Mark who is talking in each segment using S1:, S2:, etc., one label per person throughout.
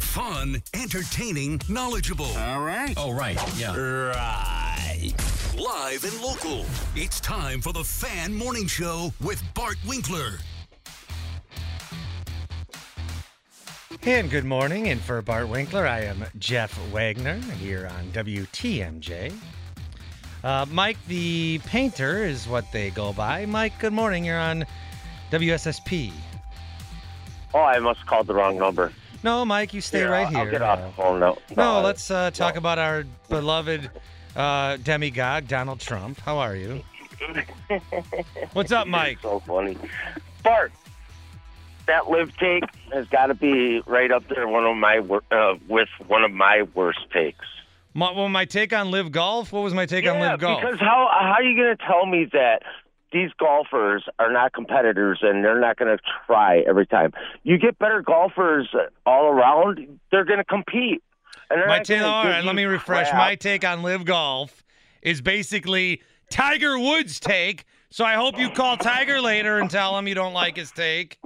S1: Fun, entertaining, knowledgeable.
S2: All right.
S1: Oh, right. Yeah. Right. Live and local. It's time for the Fan Morning Show with Bart Winkler.
S3: And good morning. And for Bart Winkler, I am Jeff Wagner here on WTMJ. Uh, Mike the Painter is what they go by. Mike, good morning. You're on WSSP.
S4: Oh, I must have called the wrong number.
S3: No, Mike, you stay
S4: Here,
S3: right
S4: I'll-
S3: here. Uh,
S4: I'll get off the phone now.
S3: No,
S4: I-
S3: let's uh, talk
S4: no.
S3: about our beloved uh, demigod, Donald Trump. How are you? What's up, Mike?
S4: So funny. Bart, that live take has got to be right up there. One of my wor- uh, with one of my worst takes.
S3: My, well, my take on live golf. What was my take on
S4: yeah,
S3: live golf?
S4: because how how are you going to tell me that? These golfers are not competitors, and they're not going to try every time. You get better golfers all around; they're going to compete. And they're
S3: my
S4: not
S3: take.
S4: gonna
S3: All
S4: give
S3: right, let
S4: you
S3: me refresh.
S4: crap.
S3: My take on live golf is basically Tiger Woods' take. So I hope you call Tiger later and tell him you don't like his take.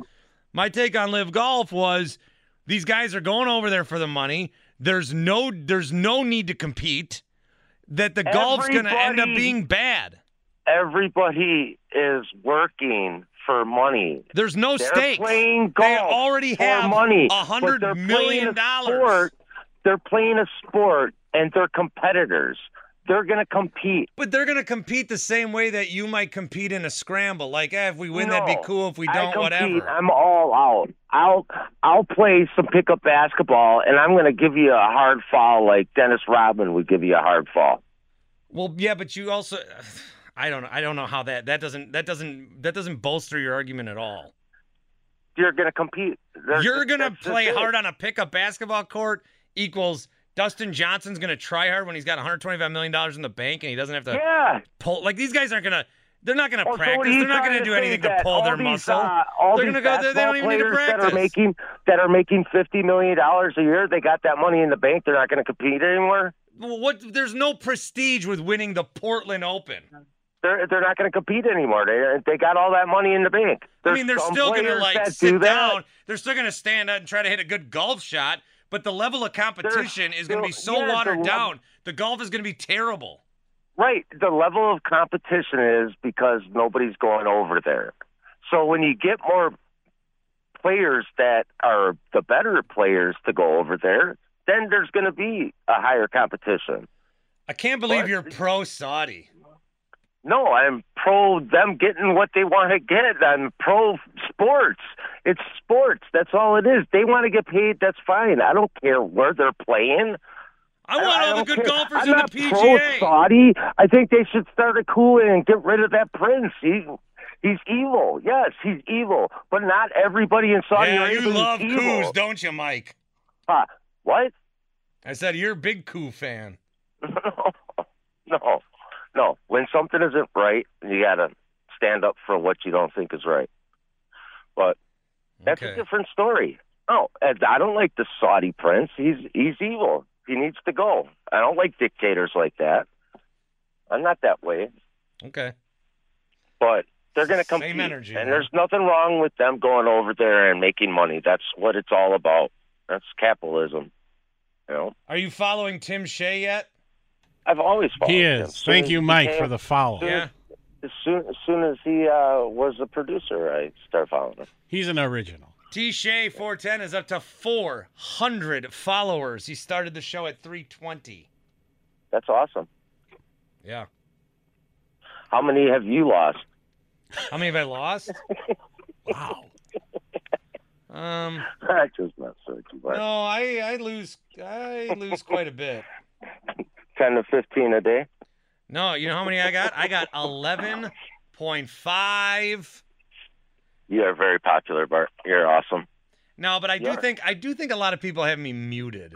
S3: My take on live golf was these guys are going over there for the money. There's no there's no need to compete. That the golf's going to end up
S4: Everybody-
S3: being bad.
S4: everybody is working for money.
S3: There's no
S4: They're
S3: stakes.
S4: playing
S3: they
S4: golf
S3: already
S4: for
S3: have
S4: money.
S3: a
S4: but
S3: hundred
S4: they're playing
S3: million
S4: a
S3: dollars.
S4: sport- They're playing a sport and they're competitors. They're going to compete.
S3: But they're going to compete the same way that you might compete in a scramble. Like, eh, if we win, that'd
S4: No,
S3: be cool. If we
S4: I
S3: don't,
S4: compete.
S3: whatever.
S4: I'm all out. I'll I'll play some pickup basketball and I'm going to give you a hard fall like Dennis Rodman would give you a hard fall.
S3: Well, yeah, but you also, I don't know. I don't know how that that doesn't that doesn't that doesn't bolster your argument at all.
S4: You're going to compete. They're-
S3: You're going to
S4: that's just
S3: play
S4: it.
S3: hard on a pickup basketball court equals Dustin Johnson's going to try hard when he's got 125 million dollars in the bank and he doesn't have to
S4: Yeah.
S3: pull. Like these guys aren't going to. They're not going to
S4: Oh, so what
S3: practice.
S4: are you
S3: they're not
S4: trying
S3: going to do
S4: say
S3: anything to
S4: that
S3: pull
S4: all
S3: their
S4: these,
S3: muscle.
S4: uh, all
S3: they're
S4: these
S3: gonna go there. They
S4: basketball
S3: don't even need to
S4: players
S3: practice.
S4: That are making that are making fifty million dollars a year. They got that money in the bank. They're not going to compete anymore.
S3: Well, what? There's no prestige with winning the Portland Open.
S4: They're they're not going to compete anymore. They they got all that money in the bank.
S3: I
S4: There's
S3: mean, they're
S4: some
S3: still going to
S4: players
S3: like
S4: that
S3: sit
S4: do that.
S3: down. They're still going to stand up and try to hit a good golf shot, but the level of competition is going to be
S4: still-
S3: so
S4: yeah, the
S3: watered
S4: level-
S3: down. The golf is going to be terrible.
S4: Right. The level of competition is because nobody's going over there. So when you get more players that are the better players to go over there, then there's going to be a higher competition.
S3: I can't believe
S4: But-
S3: you're pro Saudi.
S4: No, I'm pro them getting what they want to get. I'm pro sports. It's sports. That's all it is. They want to get paid. That's fine. I don't care where they're playing.
S3: I want all the
S4: don't
S3: good
S4: care.
S3: golfers
S4: I'm
S3: in the
S4: not
S3: PGA.
S4: Pro Saudi. I think they should start a coup and get rid of that prince. He, he's evil. Yes, he's evil. But not everybody in Saudi
S3: yeah,
S4: Arabia
S3: you
S4: is
S3: love
S4: evil.
S3: coups, don't you, Mike?
S4: Huh. Uh, What?
S3: I said you're a big coup fan.
S4: no, no. When something isn't right, you gotta stand up for what you don't think is right. But that's
S3: Okay.
S4: a different story. No, and I don't like the Saudi prince. He's he's evil. He needs to go. I don't like dictators like that. I'm not that way,
S3: Okay.
S4: but they're going to
S3: Same
S4: compete.
S3: energy,
S4: and
S3: huh?
S4: there's nothing wrong with them going over there and making money. That's what it's all about. That's capitalism. You know,
S3: Are you following Tim Shea yet?
S4: I've always followed
S2: He
S4: him.
S2: is. Thank you, Mike, for the follow.
S3: Yeah.
S4: as soon as soon as he uh, was a producer, I started following him.
S2: He's an original.
S3: T Shea 410 is up to 400 followers. He started the show at 320.
S4: That's awesome.
S3: Yeah.
S4: How many have you lost?
S3: How many have I lost? wow. Um,
S4: I just not certain, but
S3: no, I, I lose I lose quite a bit.
S4: ten to fifteen a day.
S3: No, you know how many I got? I got 11.5.
S4: You are very popular, Bart. You're awesome.
S3: No, but I do
S4: Yeah.
S3: think I do think a lot of people have me muted.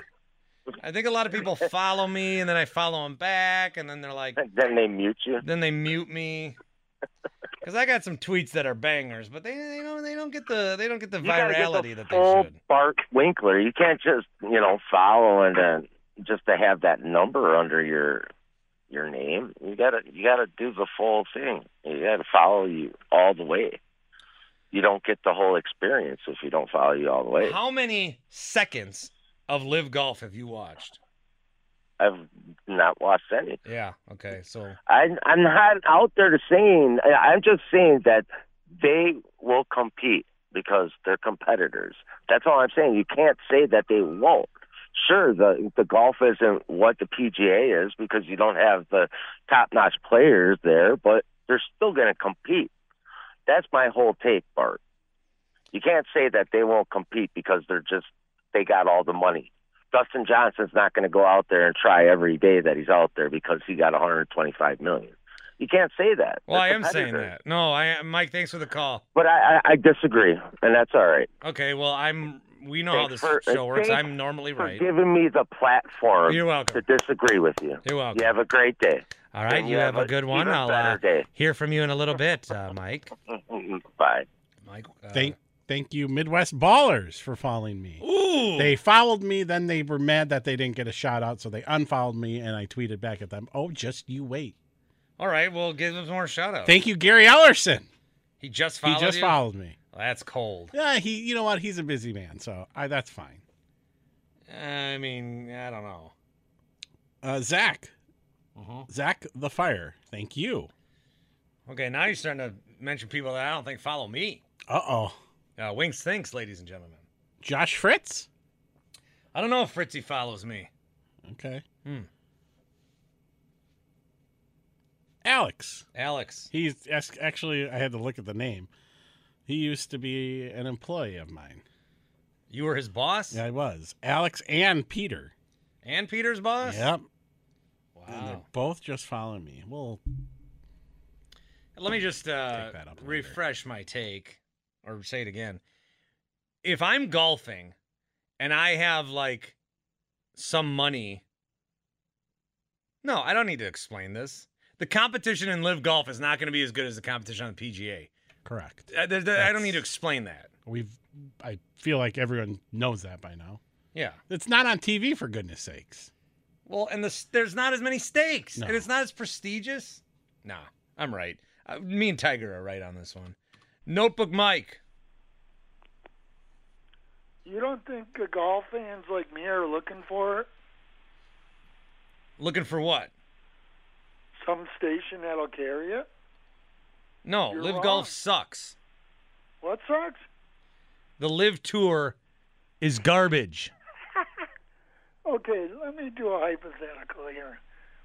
S3: I think a lot of people follow me and then I follow them back and then they're like
S4: Then they mute you.
S3: then they mute me. Cuz I got some tweets that are bangers, but they they don't they don't get the they don't get the
S4: You gotta get
S3: virality
S4: the
S3: that they
S4: full
S3: should.
S4: Bart Winkler. You can't just you know follow and then just to have that number under your your name. You gotta you gotta do the full thing. You gotta follow you all the way. You don't get the whole experience if you don't follow you all the way.
S3: How many seconds of live golf have you watched?
S4: I've not watched any.
S3: Yeah, okay. So
S4: I, I'm not out there saying. I- I'm just saying that they will compete because they're competitors. That's all I'm saying. You can't say that they won't. Sure, the the golf isn't what the PGA is because you don't have the top notch players there, but they're still going to compete. That's my whole take, Bart. You can't say that they won't compete because they're just they got all the money. Dustin Johnson's not going to go out there and try every day that he's out there because he got 125 million. You can't say that.
S3: Well, I
S4: They're
S3: am saying
S4: competitors.
S3: that. No, I Mike, thanks for the call.
S4: But I, I, I disagree, and that's all right.
S3: Okay, well, I'm we know
S4: Thanks
S3: how this
S4: for- uh,
S3: show works.
S4: thanks
S3: I'm normally
S4: For
S3: right.
S4: giving me the platform
S3: You're
S4: to
S3: welcome.
S4: disagree with you.
S3: You're welcome.
S4: You have a great day.
S3: All right,
S4: And
S3: you have, a good one.
S4: even
S3: I'll uh,
S4: better day.
S3: hear from you in a little bit, uh, Mike.
S4: Bye.
S3: Mike. Uh,
S2: Thank thank you, Midwest Ballers, for following me.
S3: Ooh.
S2: They followed me, then they were mad that they didn't get a shout out, so they unfollowed me, and I tweeted back at them, "Oh, just you wait."
S3: All right, well, give him more shout out.
S2: Thank you, Gary Ellerson.
S3: Oh. he just
S2: He
S3: followed.
S2: just
S3: you?
S2: followed me.
S3: That's cold.
S2: Yeah, he. You know what? He's a busy man, so I, that's fine.
S3: I mean, I don't know.
S2: Uh, Zach,
S3: Mm-hmm.
S2: Zach the Fire. Thank you.
S3: Okay, now you're starting to mention people that I don't think follow me.
S2: Uh oh,
S3: Uh, Winks thinks, ladies and gentlemen.
S2: Josh Fritz.
S3: I don't know if Fritzy follows me.
S2: Okay.
S3: Hmm.
S2: Alex.
S3: Alex.
S2: He's ac- actually, I had to look at the name. He used to be an employee of mine.
S3: You were his boss?
S2: Yeah, I was. Alex and Peter.
S3: And Peter's boss?
S2: Yep. And they're
S3: Wow.
S2: both just following me. Well,
S3: Let me just uh,
S2: Take that up later.
S3: refresh my take or say it again. If I'm golfing and I have like some money, no, I don't need to explain this. The competition in live golf is not going to be as good as the competition on the PGA.
S2: correct.
S3: I, Uh, there- there- I don't
S2: That's-
S3: need to explain that.
S2: We've, I feel like everyone knows that by now.
S3: Yeah.
S2: It's not on TV, for goodness sakes.
S3: Well, and the, s- there's not as many stakes,
S2: No.
S3: and it's not as prestigious. Nah, I'm right. Uh, me and Tiger are right on this one. Notebook Mike.
S5: You don't think the golf fans like me are looking for
S3: Looking for what?
S5: some station that'll carry it?
S3: No,
S5: You're
S3: live
S5: wrong.
S3: golf sucks.
S5: What sucks?
S3: the live tour is garbage.
S5: Okay, let me do a hypothetical here.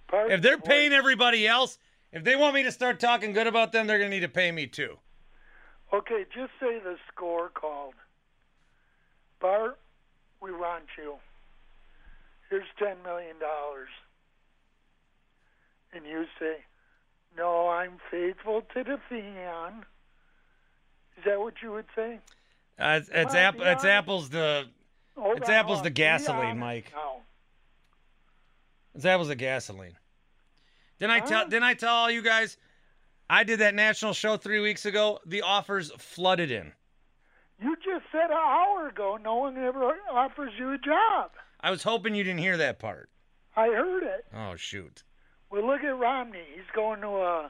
S5: Part
S3: If they're paying everybody else, if they want me to start talking good about them, they're going to need to pay me too.
S5: Okay, just say the score called. Bart, we want you. Here's ten million dollars. And you say, No, I'm faithful to the fan. Is that what you would say?
S3: Uh, it's it's,
S5: Well,
S3: app,
S5: yeah.
S3: it's apples to
S5: Hold
S3: It's
S5: on,
S3: apples
S5: hold
S3: to
S5: on. Be
S3: gasoline,
S5: honest
S3: Mike.
S5: now.
S3: it's apples to gasoline. Didn't I tell
S5: Huh?
S3: didn't I tell all you guys I did that national show 3 weeks ago, the offers flooded in.
S5: You just said an hour ago no one ever offers you a job.
S3: I was hoping you didn't hear that part.
S5: I heard it.
S3: Oh shoot.
S5: Well, look at Romney. He's going to, uh,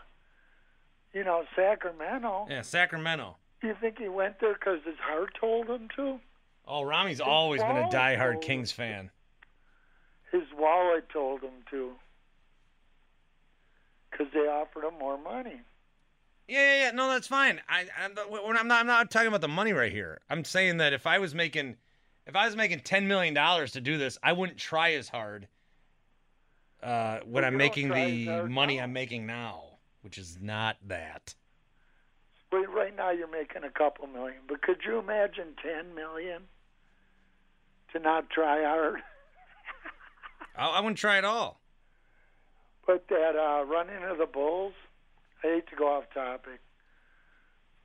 S5: you know, Sacramento.
S3: Yeah, Sacramento.
S5: Do you think he went there because his heart told him to?
S3: Oh, Rami's always been a
S5: all
S3: diehard
S5: over.
S3: Kings fan.
S5: His wallet told him to. Because they offered him more money.
S3: Yeah, yeah, yeah. No, that's fine. I, I'm, not- when I'm not. I'm not talking about the money right here. I'm saying that if I was making, if I was making ten million dollars to do this, I wouldn't try as hard. Uh, when
S5: Well,
S3: I'm
S5: you don't
S3: making
S5: try as
S3: the
S5: hard
S3: money
S5: now.
S3: I'm making now, which is not that.
S5: Well, right now you're making a couple million, but could you imagine ten million to not try hard?
S3: I, I wouldn't try at all.
S5: But that uh, running of the Bulls, I hate to go off topic.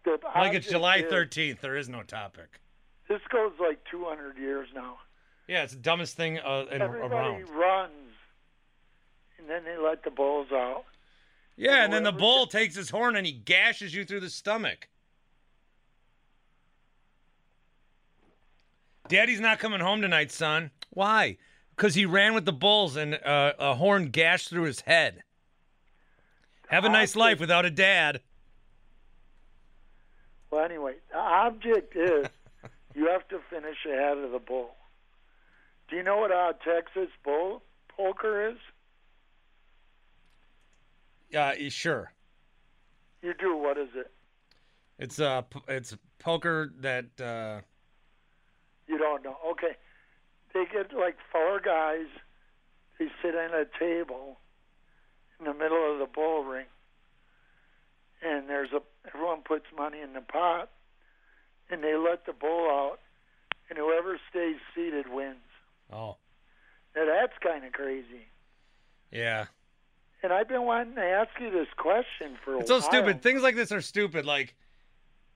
S5: The
S3: Like it's
S5: object
S3: July
S5: is-
S3: 13th. There is no topic.
S5: This goes like 200 years now.
S3: Yeah, it's the dumbest thing uh, in,
S5: Everybody
S3: around.
S5: runs, and then they let the Bulls out.
S3: Yeah, and then the
S5: whoever
S3: bull takes his horn and he gashes you through the stomach. Daddy's not coming home tonight, son. Why? Because he ran with the bulls and uh, a horn gashed through his head. Have a nice life without a dad.
S5: Well, anyway, the object is you have to finish ahead of the bull. Do you know what uh, Texas bull poker is?
S3: Uh, y- sure.
S5: You do what is it?
S3: It's uh, p- it's poker that uh,
S5: You don't know. Okay, they get like four guys. They sit at a table in the middle of the bull ring, and there's a everyone puts money in the pot, and they let the bull out, and whoever stays seated wins.
S3: oh
S5: Now that's kind of crazy.
S3: yeah.
S5: And I've been wanting to ask you this question for a
S3: It's so
S5: while.
S3: stupid. Things like this are stupid. Like,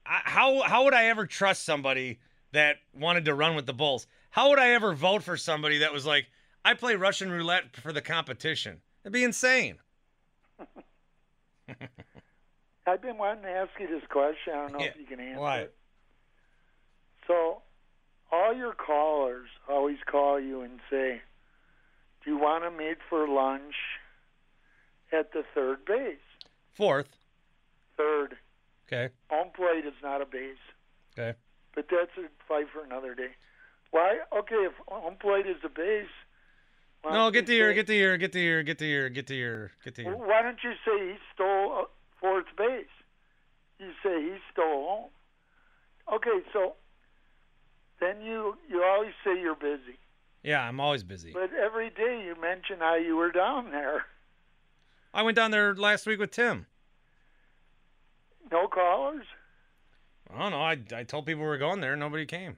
S3: I, how how would I ever trust somebody that wanted to run with the Bulls? How would I ever vote for somebody that was like, I play Russian roulette for the competition? That'd be insane.
S5: I've been wanting to ask you this question. I don't know if
S3: Yeah.
S5: you can answer
S3: Why?
S5: it. So, all your callers always call you and say, "Do you want to meet for lunch at the third base?
S3: Fourth.
S5: Third
S3: Okay.
S5: home plate is not a base,
S3: Okay.
S5: but that's a fight for another day. Why? Okay, if home plate is a base, why
S3: No,
S5: don't
S3: get to
S5: you
S3: your,
S5: say-
S3: get to your, get to your, get to your, get to your, get to your.
S5: Why don't you say he stole uh, fourth base? You say he stole home. Okay, so then you you always say you're busy,
S3: Yeah, I'm always busy.
S5: but every day you mention how you were down there.
S3: I went down there last week with Tim.
S5: No callers.
S3: I don't know. I, I told people we were going there. Nobody came.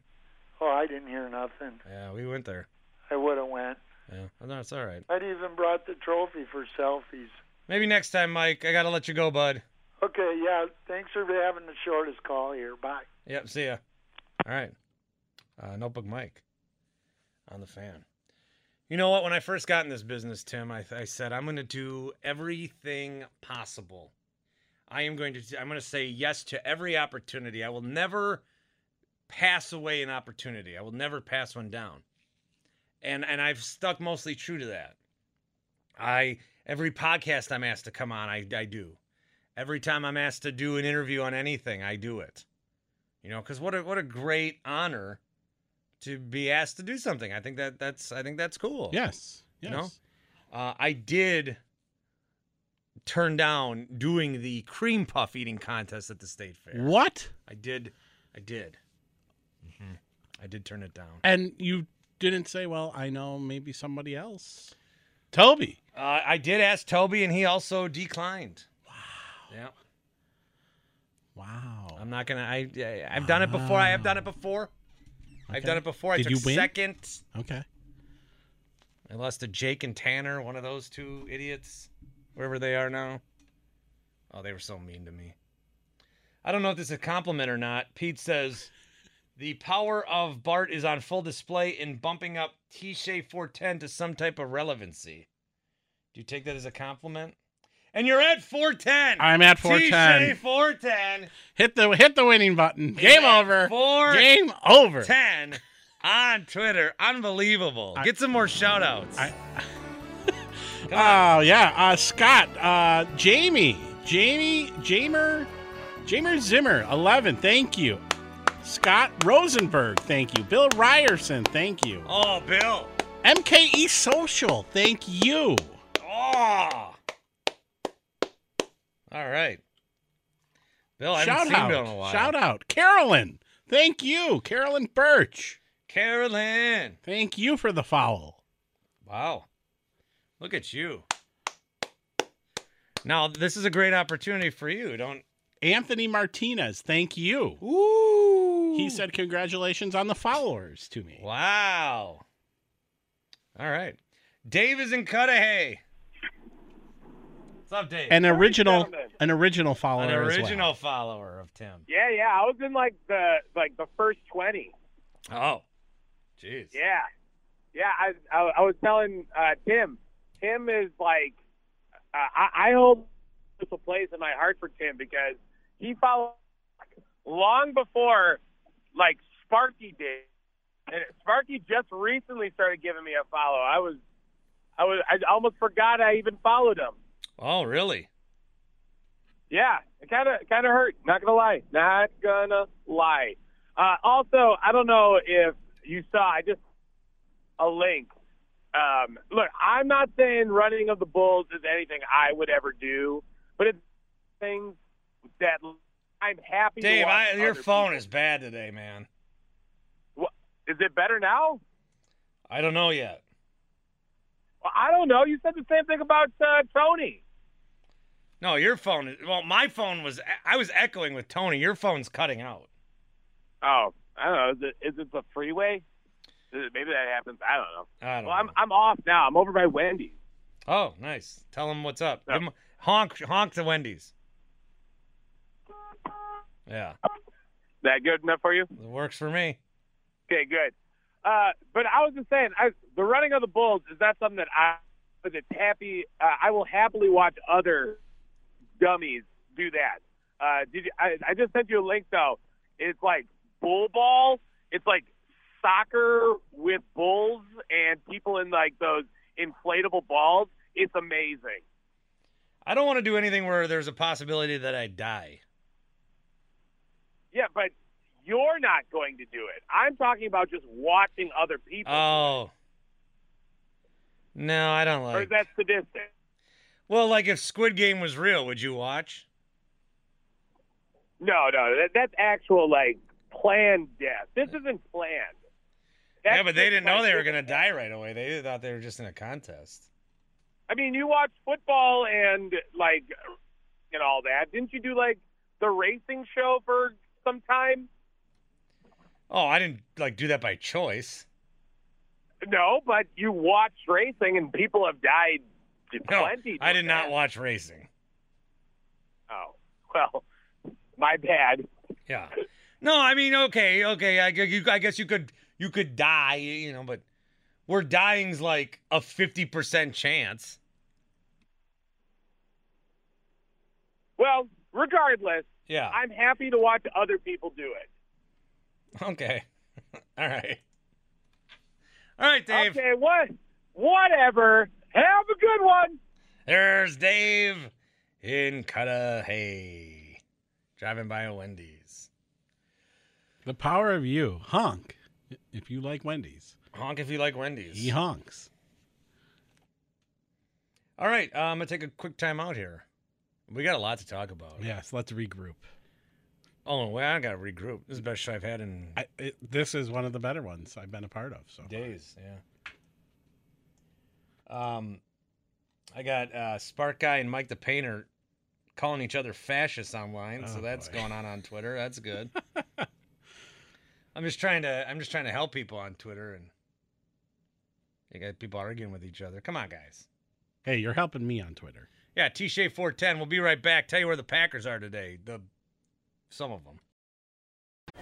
S5: Oh, I didn't hear nothing.
S3: Yeah, we went there.
S5: I would have went.
S3: Yeah, that's all right.
S5: I'd even brought the trophy for selfies.
S3: Maybe next time, Mike. I gotta let you go, bud.
S5: Okay, yeah. Thanks for having the shortest call here. Bye.
S3: Yep. See ya. All right. Uh, Notebook Mike on the fan. You know what? When I first got in this business, Tim, I, I said I'm going to do everything possible. I am going to. I'm going to say yes to every opportunity. I will never pass away an opportunity. I will never pass one down. And and I've stuck mostly true to that. I every podcast I'm asked to come on, I, I do. Every time I'm asked to do an interview on anything, I do it. You know, because what a what a great honor to be asked to do something. I think that that's I think that's cool.
S2: Yes.
S3: You
S2: Yes.
S3: know? Uh, I did turn down doing the cream puff eating contest at the state fair.
S2: What?
S3: I did, I did, hmm I did turn it down.
S2: And you didn't say, well, I know maybe somebody else. Toby.
S3: Uh, I did ask Toby, and he also declined. Wow. Yeah.
S2: Wow.
S3: I'm not gonna. I I- I've done it before. I have done it before. I've done it before. I
S2: Did
S3: took
S2: you win?
S3: second.
S2: Okay.
S3: I lost to Jake and Tanner, one of those two idiots, wherever they are now. Oh, they were so mean to me. I don't know if this is a compliment or not. Pete says the power of Bart is on full display in bumping up T Shea 410 to some type of relevancy. Do you take that as a compliment? And you're at 410.
S2: I'm at 410.
S3: T-Shea 410.
S2: Hit the hit the winning button. Game
S3: at
S2: over.
S3: four-
S2: Game over.
S3: 10 on Twitter. Unbelievable.
S2: I-
S3: Get some more shout outs.
S2: I- Oh yeah. Uh, Scott. Uh, Jamie. Jamie. Jamer. Jamer Zimmer. Eleven. Thank you. Scott Rosenberg. Thank you. Bill Ryerson. Thank you.
S3: oh, Bill.
S2: MKE Social. Thank you.
S3: Oh. All right. Bill, I haven't
S2: Shout
S3: seen Bill in a
S2: out.
S3: while.
S2: Shout out. Carolyn. Thank you. Carolyn Birch.
S3: Carolyn.
S2: Thank you for the foul.
S3: Wow. Look at you. Now, this is a great opportunity for you. Don't.
S2: Anthony Martinez. Thank you.
S3: Ooh.
S2: He said congratulations on the followers to me.
S3: Wow. All right. Dave is in Cudahy. What's up, Dave?
S2: An original
S6: gentlemen.
S2: an original follower
S3: An
S2: as well.
S3: original follower of Tim.
S6: Yeah, yeah. I was in like the like the first twenty.
S3: Oh. Jeez.
S6: Yeah, yeah. I I, I was telling uh, Tim. Tim is like uh, I, I hold special place in my heart for Tim because he followed long before like Sparky did, and Sparky just recently started giving me a follow. I was I was I almost forgot I even followed him.
S3: Oh, really?
S6: Yeah, it kind of kind of hurt. Not gonna lie. Not gonna lie. Uh, also, I don't know if you saw. I just a link. Um, look, I'm not saying running of the bulls is anything I would ever do, but it's things that I'm happy. to
S3: Dave,
S6: watch
S3: I, your
S6: other
S3: phone
S6: people.
S3: is bad today, man.
S6: Wha- Is it better now?
S3: I don't know yet.
S6: Well, I don't know. You said the same thing about uh, Tony.
S3: No, your phone. is- Well, my phone was. I was echoing with Tony. Your phone's cutting out.
S6: Oh, I don't know. Is it is it the freeway? Is it- Maybe that happens. I don't know.
S3: I don't
S6: Well, I'm
S3: know.
S6: I'm off now. I'm over by Wendy's.
S3: Oh, nice. Tell him what's up.
S6: Yeah.
S3: Give 'em- honk, honk to Wendy's. Yeah,
S6: That good enough for you?
S3: it works for me.
S6: Okay, good. Uh, but I was just saying, I, the running of the Bulls is not something that I was happy. Uh, I will happily watch other dummies do that. Uh, did you, I, I just sent you a link though? It's like bull ball. It's like soccer with bulls and people in like those inflatable balls. It's amazing.
S3: I don't want to do anything where there's a possibility that I die.
S6: Yeah, but you're not going to do it. I'm talking about just watching other people.
S3: Oh. No, I don't
S6: or
S3: like.
S6: is that sadistic?
S3: Well, like if Squid Game was real, would you watch?
S6: No, no, that, that's actual like planned death. This isn't planned. That's
S3: yeah, but they
S6: just,
S3: didn't know
S6: like,
S3: they were gonna die right away. They thought they were just in a contest.
S6: I mean, you watch football and like and all that. Didn't you do like the racing show for some time?
S3: Oh, I didn't like do that by choice.
S6: No, but you watched racing and people have died
S3: No,
S6: plenty.
S3: I did
S6: doing
S3: not
S6: that.
S3: watch racing.
S6: Oh well, my bad.
S3: Yeah. No, I mean, okay, okay. I, gu- you, I guess you could you could die, you know, but we're dying's like a fifty percent chance.
S6: Well, regardless,
S3: Yeah.
S6: I'm happy to watch other people do it.
S3: okay. All right. All right, Dave.
S6: Okay, what? Whatever. Have a good one.
S3: There's Dave in Cudahy, driving by a Wendy's.
S2: The power of you. Honk. If you like Wendy's.
S3: Honk if you like Wendy's.
S2: He honks.
S3: All right, uh, I'm gonna take a quick time out here. We got a lot to talk about.
S2: Yes, let's regroup.
S3: Oh, well, I gotta regroup. This is the best show I've had in
S2: I, it, this is one of the better ones I've been a part of. So
S3: days. Yeah. Um, I got uh, Spark Guy and Mike the Painter calling each other fascists online, so
S2: Oh,
S3: that's
S2: boy.
S3: going on on Twitter. That's good. I'm just trying to I'm just trying to help people on Twitter, and you got people arguing with each other. Come on, guys.
S2: hey, you're helping me on Twitter.
S3: Yeah, T Shay 410. We'll be right back. Tell you where the Packers are today. The some of them.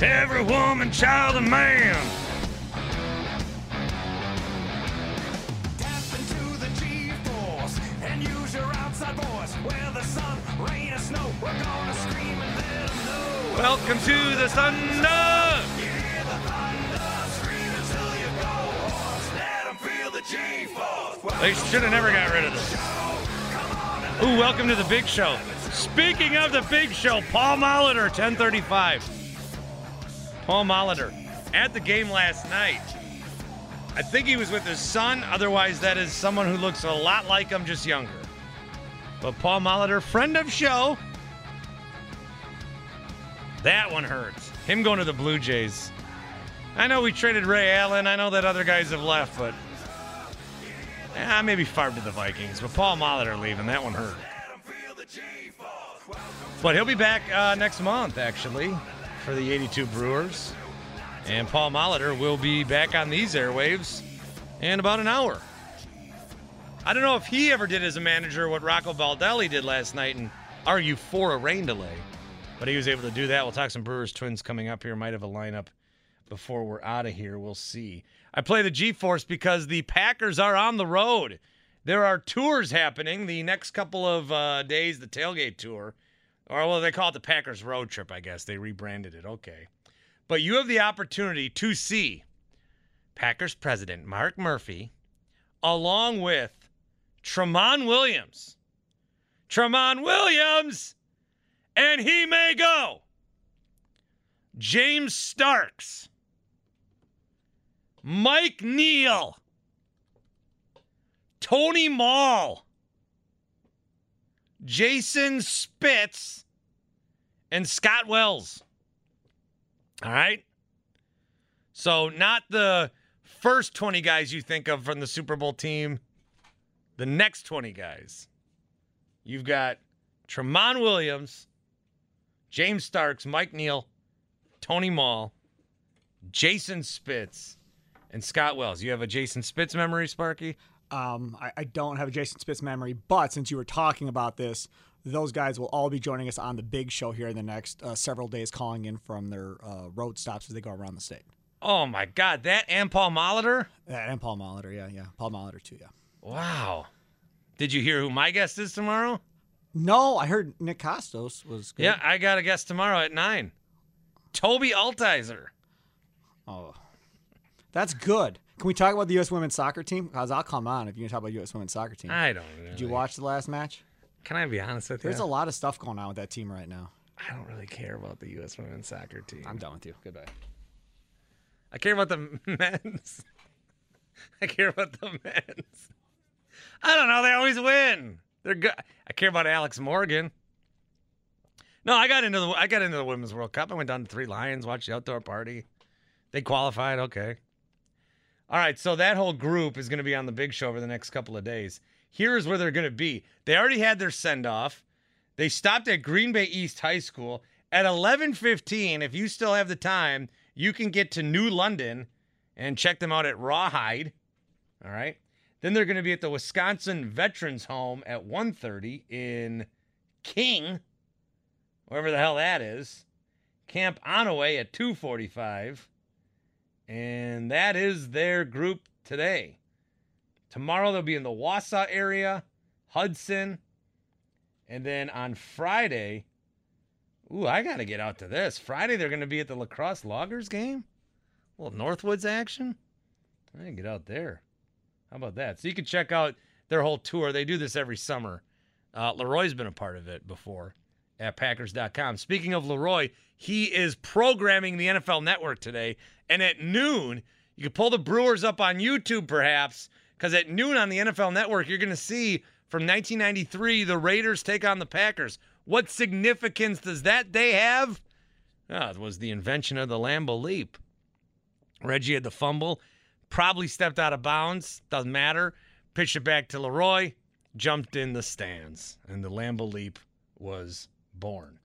S3: Every woman, child, and man. Welcome to the thunder. They should have never got rid of this. Ooh, welcome to the big show. Speaking of the big show, Paul Molitor, 1035. Paul Molitor at the game last night. I think he was with his son. Otherwise, that is someone who looks a lot like him, just younger. But Paul Molitor, friend of show. That one hurts. Him going to the Blue Jays. I know we traded Ray Allen. I know that other guys have left, but ah, maybe Favre to the Vikings. But Paul Molitor leaving, that one hurt. But he'll be back uh, next month, actually, for the 82 Brewers. And Paul Molitor will be back on these airwaves in about an hour. I don't know if he ever did as a manager what Rocco Baldelli did last night and argue for a rain delay, but he was able to do that. We'll talk some Brewers Twins coming up here. Might have a lineup before we're out of here. We'll see. I play the G Force because the Packers are on the road. There are tours happening the next couple of uh, days, the tailgate tour. Or, well, they call it the Packers road trip, I guess. They rebranded it. Okay. But you have the opportunity to see Packers president Mark Murphy along with Tremont Williams. Tremont Williams! And he may go. James Starks. Mike Neal. Tony Mall. Jason Spitz, and Scott Wells. All right. So, not the first 20 guys you think of from the Super Bowl team, the next 20 guys. You've got Tremont Williams, James Starks, Mike Neal, Tony Mall, Jason Spitz, and Scott Wells. You have a Jason Spitz memory, Sparky?
S7: Um, I, I don't have a Jason Spitz memory, but since you were talking about this, those guys will all be joining us on the big show here in the next uh, several days, calling in from their uh, road stops as they go around the state.
S3: Oh my God, that and Paul Molitor?
S7: That and Paul Molitor, yeah, yeah. Paul Molitor, too, yeah.
S3: Wow. Did you hear who my guest is tomorrow?
S7: No, I heard Nick Costos was good.
S3: Yeah, I got a guest tomorrow at 9. Toby Altizer.
S7: Oh, that's good. Can we talk about the U.S. women's soccer team? Because I'll come on if you can talk about U.S. women's soccer team.
S3: I don't
S7: Did you watch the last match?
S3: Can I be honest with you?
S7: There's a lot of stuff going on with that team right now.
S3: I don't really care about the U.S. women's soccer team.
S7: I'm done with you. Goodbye.
S3: I care about the men's. I care about the men's. I don't know. They always win. They're good. I care about Alex Morgan. No, I got into the I got into the Women's World Cup. I went down to Three Lions, watched the outdoor party. They qualified. Okay. All right, so that whole group is going to be on the big show over the next couple of days. Here is where they're going to be. They already had their send off. They stopped at Green Bay East High School at 11:15. If you still have the time, you can get to New London and check them out at Rawhide. All right. Then they're going to be at the Wisconsin Veterans Home at 1:30 in King, wherever the hell that is. Camp Onaway at 245. And that is their group today. Tomorrow they'll be in the Wausau area Hudson. And then on Friday, ooh, I got to get out to this. Friday, they're going to be at the Lacrosse Loggers game. A little Northwoods action. I can get out there. How about that? So you can check out their whole tour. They do this every summer. Uh, Leroy's been a part of it before at Packers.com. Speaking of Leroy, he is programming the NFL network today. And at noon, you can pull the Brewers up on YouTube perhaps, because at noon on the NFL network, you're going to see from 1993 the Raiders take on the Packers. What significance does that day have? Ah, it was the invention of the Lambo Leap. Reggie had the fumble, probably stepped out of bounds, doesn't matter. Pitched it back to Leroy, jumped in the stands, and the Lambo Leap was born.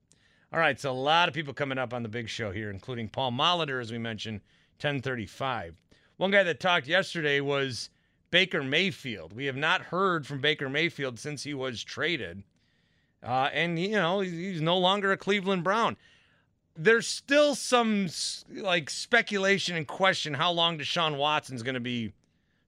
S3: All right, so a lot of people coming up on the big show here, including Paul Molitor, as we mentioned, 1035. One guy that talked yesterday was Baker Mayfield. We have not heard from Baker Mayfield since he was traded. Uh, and, you know, he's- he's no longer a Cleveland Brown. There's still some s- like speculation and question how long Deshaun Watson's going to be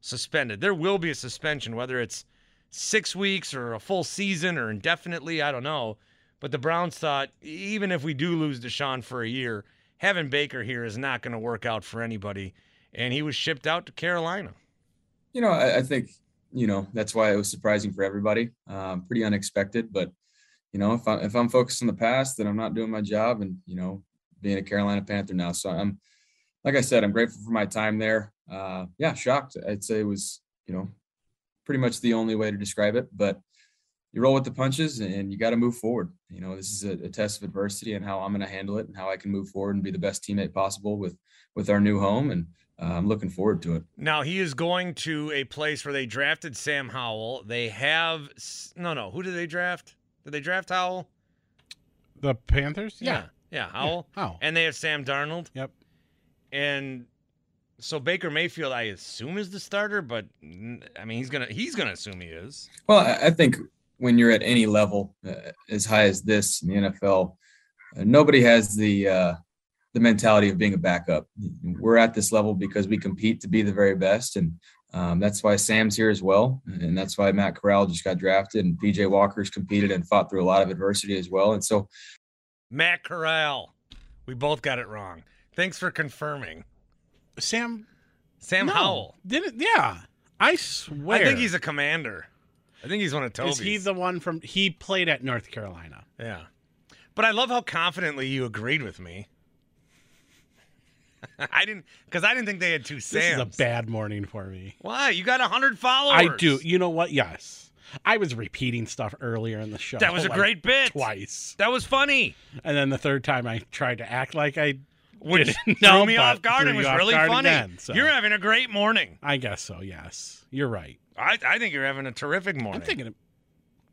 S3: suspended. There will be a suspension, whether it's six weeks or a full season or indefinitely. I don't know. But the Browns thought e, even if we do lose Deshaun for a year, having Baker here is not going to work out for anybody. And he was shipped out to Carolina.
S8: you know, I, I think, you know, that's why it was surprising for everybody. Um, pretty unexpected, but you know, if I if I'm focused on the past, then I'm not doing my job and, you know, being a Carolina Panther now. So I'm like I said, I'm grateful for my time there. Uh yeah, shocked. I'd say was, you know, pretty much the only way to describe it. But you roll with the punches and you got to move forward. You know, this is a, a test of adversity and how I'm going to handle it and how I can move forward and be the best teammate possible with with our new home. And uh, I'm looking forward to it.
S3: Now he is going to a place where they drafted Sam Howell. They have s- no, no. Who did they draft? Did they draft Howell?
S2: The Panthers?
S3: Yeah, yeah, Howell.
S2: Howell.
S3: And they have Sam Darnold.
S2: Yep.
S3: And so Baker Mayfield, I assume, is the starter, but n- I mean, he's gonna he's gonna assume he is.
S8: Well, I I think when you're at any level uh, as high as this in the NFL, uh, nobody has the uh, the mentality of being a backup. We're at this level because we compete to be the very best, and um, that's why Sam's here as well, and that's why Matt Corral just got drafted, and PJ Walker's competed and fought through a lot of adversity as well. And so,
S3: Matt Corral. We both got it wrong. Thanks for confirming.
S2: Sam.
S3: Sam
S2: No.
S3: Howell.
S2: Did it? Yeah. I swear.
S3: I think he's a commander. I think he's one of Toby's.
S2: Is he the one from? He played at North Carolina.
S3: Yeah. But I love how confidently you agreed with me. I didn't because I didn't think they had two Sams.
S2: This is a bad morning for me.
S3: Why? You got hundred followers.
S2: I do. You know what? Yes. I was repeating stuff earlier in the show.
S3: That was a
S2: Oh, like,
S3: great bit.
S2: Twice.
S3: That was funny.
S2: And then the third time I tried to act like I
S3: Which
S2: didn't
S3: threw
S2: know,
S3: me
S2: but
S3: off guard
S2: threw
S3: and was
S2: you off
S3: really
S2: guard
S3: funny.
S2: again, so.
S3: You're having a great morning.
S2: I guess so, yes. You're right.
S3: I, I think you're having a terrific morning.
S2: I'm thinking of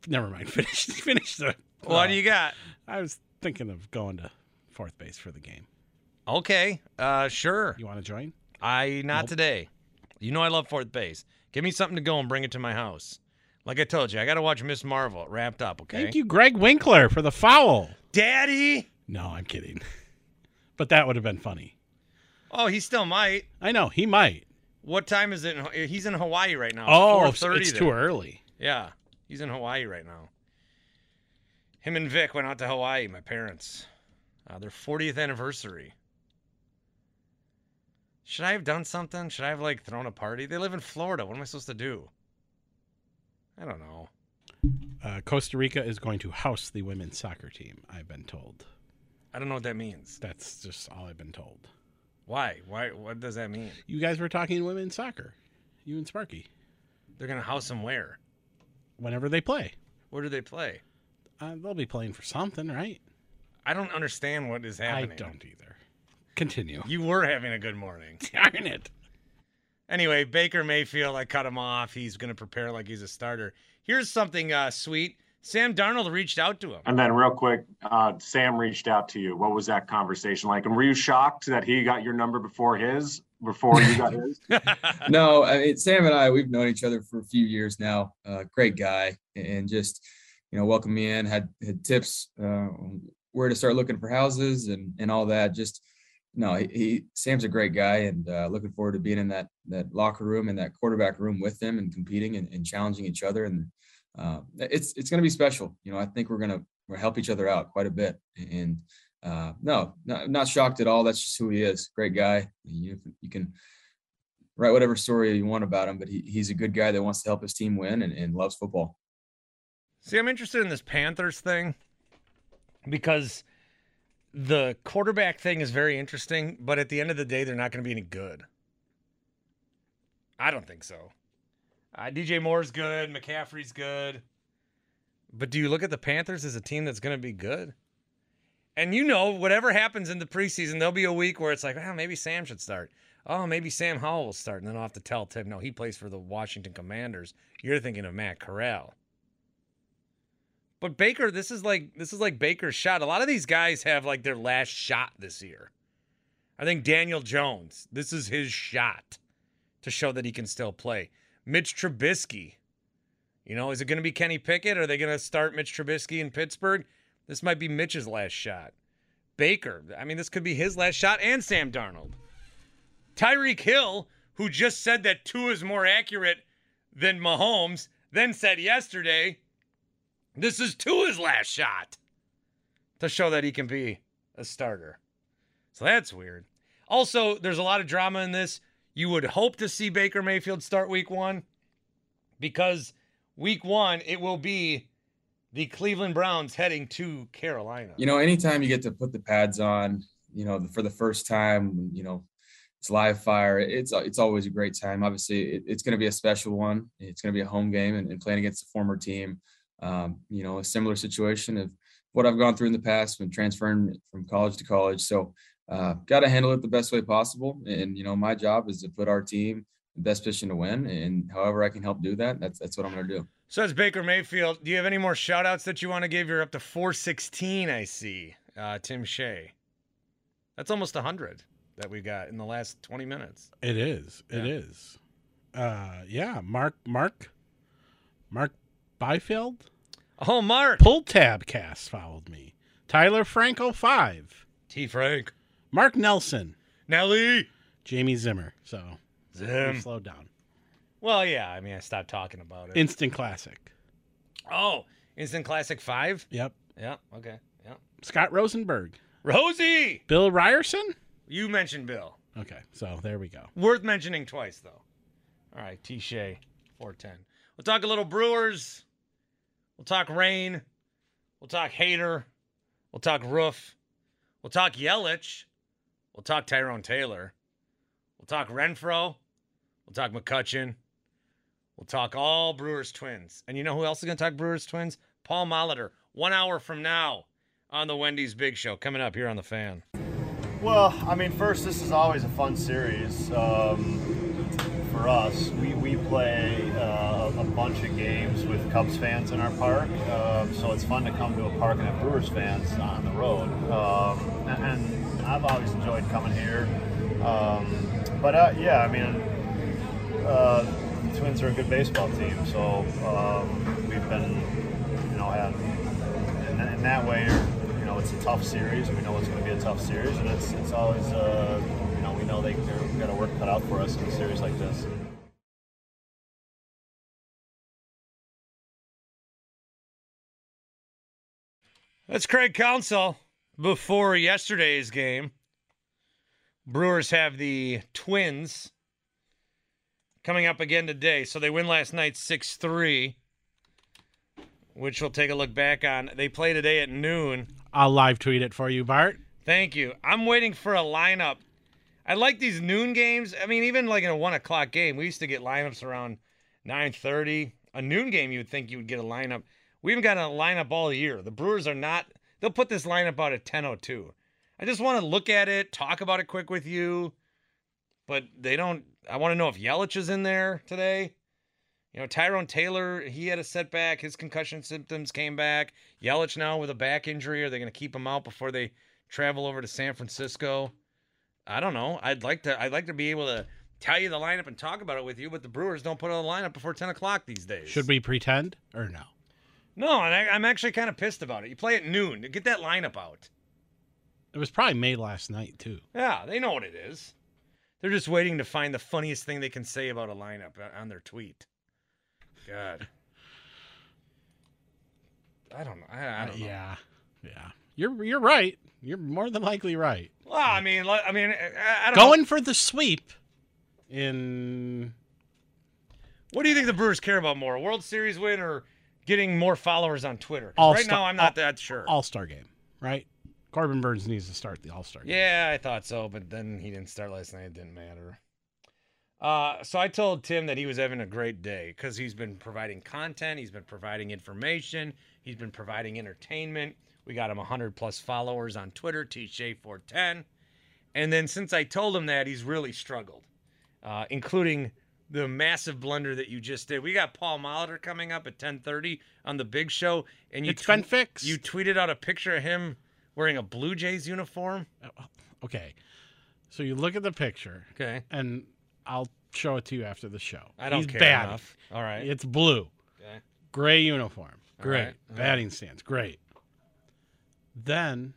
S2: never mind. Finish finish the uh,
S3: What do you got?
S2: I was thinking of going to fourth base for the game.
S3: Okay. Uh sure.
S2: You want to join?
S3: I not
S2: Nope.
S3: today. You know I love fourth base. Give me something to go and bring it to my house. Like I told you, I gotta watch Miss Marvel wrapped up, okay?
S2: Thank you, Greg Winkler, for the foul.
S3: Daddy.
S2: No, I'm kidding. But that would have been funny.
S3: Oh, he still might.
S2: I know, he might.
S3: What time is it? In, he's in Hawaii right now.
S2: Oh, it's
S3: 4:30
S2: it's
S3: there.
S2: too early.
S3: Yeah, he's in Hawaii right now. Him and Vic went out to Hawaii. My parents, uh, their 40th anniversary. Should I have done something? Should I have like thrown a party? They live in Florida. What am I supposed to do? I don't know.
S2: Uh, Costa Rica is going to house the women's soccer team, I've been told.
S3: I don't know what that means.
S2: That's just all I've been told.
S3: Why? Why? What does that mean?
S2: You guys were talking women's soccer, you and Sparky,
S3: They're gonna house them where?
S2: whenever they play.
S3: Where do they play?
S2: Uh, they'll be playing for something, right?
S3: I don't understand what is happening.
S2: I don't either. Continue.
S3: You were having a good morning.
S2: Darn it.
S3: Anyway, Baker Mayfield, I cut him off. He's going to prepare like he's a starter. Here's something uh, sweet. Sam Darnold reached out to him.
S9: And then, real quick, uh, Sam reached out to you. What was that conversation like? And were you shocked that he got your number before his, before you got his?
S8: no, I mean, Sam and I, we've known each other for a few years now. Uh, great guy, and just you know, welcomed me in. Had had tips uh, on where to start looking for houses and and all that. Just no, he, he Sam's a great guy, and uh, looking forward to being in that that locker room and that quarterback room with him and competing and, and challenging each other. And uh, it's it's going to be special. You know, I think we're going to we're help each other out quite a bit. And uh, no, not, not shocked at all. That's just who he is. Great guy. You you can write whatever story you want about him, but he, he's a good guy that wants to help his team win and, and loves football.
S3: See, I'm interested in this Panthers thing because the quarterback thing is very interesting, but at the end of the day, they're not going to be any good. I don't think so. Uh, DJ Moore's good. McCaffrey's good. But do you look at the Panthers as a team that's going to be good? And you know, whatever happens in the preseason, there'll be a week where it's like, oh, maybe Sam should start. Oh, maybe Sam Howell will start. And then I'll have to tell Tim, no, he plays for the Washington Commanders. You're thinking of Matt Corral. But Baker, this is like this is like Baker's shot. A lot of these guys have like their last shot this year. I think Daniel Jones, this is his shot to show that he can still play. Mitch Trubisky, you know, is it going to be Kenny Pickett? Are they going to start Mitch Trubisky in Pittsburgh? This might be Mitch's last shot. Baker, I mean, this could be his last shot, and Sam Darnold. Tyreek Hill, who just said that two is more accurate than Mahomes, then said yesterday, this is Tua's last shot to show that he can be a starter. So that's weird. Also, there's a lot of drama in this. You would hope to see Baker Mayfield start week one because week one, it will be the Cleveland Browns heading to Carolina.
S8: You know, anytime you get to put the pads on, you know, for the first time, you know, it's live fire. It's it's always a great time. Obviously, it, it's going to be a special one. It's going to be a home game and, and playing against a former team. Um, you know, a similar situation of what I've gone through in the past when transferring from college to college. So, uh, got to handle it the best way possible. And you know, my job is to put our team in the best position to win. And however I can help do that, that's that's what I'm going to do.
S3: So that's Baker Mayfield. Do you have any more shout outs that you want to give? You're up to 416, I see. Uh, Tim Shea. That's almost 100 that we got in the last 20 minutes.
S2: It is. It
S3: Yeah.
S2: is. Uh, yeah. Mark. Mark. Mark Byfield.
S3: Oh, Mark.
S2: Pull tab cast followed me. Tyler Franco five.
S3: T Frank.
S2: Mark Nelson.
S3: Nelly.
S2: Jamie Zimmer. So.
S3: Zim.
S2: we Slowed down.
S3: Well, yeah. I mean, I stopped talking about it.
S2: Instant classic.
S3: oh, Instant Classic 5?
S2: Yep.
S3: Yeah. Okay. Yeah.
S2: Scott Rosenberg.
S3: Rosie.
S2: Bill Ryerson.
S3: You mentioned Bill.
S2: Okay. So there we go.
S3: Worth mentioning twice, though. All right, T Shea, 410. We'll talk a little Brewers. We'll talk rain. We'll talk Hater. We'll talk Roof. We'll talk Yelich. We'll talk Tyrone Taylor. We'll talk Renfro. We'll talk McCutcheon. We'll talk all Brewers twins. And you know who else is going to talk Brewers twins? Paul Molitor, one hour from now on the Wendy's Big Show, coming up here on The Fan.
S10: Well, I mean, first, this is always a fun series um, for us. We, we play uh, a bunch of games with Cubs fans in our park, um, so it's fun to come to a park and have Brewers fans on the road. Um, and, and I've always enjoyed coming here. Um, but uh, yeah, I mean, uh, the Twins are a good baseball team, so um, we've been, you know, had in, that- in that way, you know, it's a tough series. We know it's going to be a tough series, and it's it's always, uh, you know, we know they they've got a work cut out for us in a series like this.
S3: That's Craig Council. Before yesterday's game, Brewers have the Twins coming up again today. So they win last night 6 3, which we'll take a look back on. They play today at noon.
S2: I'll live tweet it for you, Bart.
S3: Thank you. I'm waiting for a lineup. I like these noon games. I mean, even like in a one o'clock game, we used to get lineups around nine thirty. A noon game, you would think you would get a lineup. We haven't gotten a lineup all year. The Brewers are not. They'll put this lineup out at ten o two. I just want to look at it, talk about it quick with you, but they don't. I want to know if Yelich is in there today. You know, Tyrone Taylor, he had a setback. His concussion symptoms came back. Yelich now with a back injury. Are they going to keep him out before they travel over to San Francisco? I don't know. I'd like to. I'd like to be able to tell you the lineup and talk about it with you, but the Brewers don't put out a lineup before ten o'clock these days.
S2: Should we pretend or no?
S3: No, and I, I'm actually kind of pissed about it. You play at noon. Get that lineup out.
S2: It was probably made last night too.
S3: Yeah, they know what it is. They're just waiting to find the uh, funniest thing they can say about a lineup on their tweet. God. I don't know. I, I don't know.
S2: Yeah, yeah. You're you're right. You're more than likely right.
S3: Well, I mean, li- I mean, uh, I, I don't
S2: Going
S3: know.
S2: for the sweep in
S3: What do you think the Brewers care about more, World Series win or getting more followers on Twitter? 'Cause
S2: All
S3: right
S2: star-
S3: now, I'm not that sure.
S2: All Star game, right? Corbin Burns needs to start the All Star game.
S3: Yeah, I thought so, but then he didn't start last night. It didn't matter. Uh, so I told Tim that he was having a great day because he's been providing content, he's been providing information, he's been providing entertainment. We got him 100 plus followers on Twitter, TJ410. And then since I told him that, he's really struggled, uh, including the massive blunder that you just did. We got Paul Molitor coming up at 10:30 on the Big Show, and you
S2: It's been fixed.
S3: You tweeted out a picture of him wearing a Blue Jays uniform.
S2: Oh, Okay, so you look at the picture.
S3: Okay.
S2: and I'll show it to you after the show.
S3: I don't
S2: He's
S3: care
S2: batting.
S3: enough. All right.
S2: It's blue.
S3: Okay.
S2: Gray uniform.
S3: All
S2: Great.
S3: right, all
S2: Batting stance. Great. Then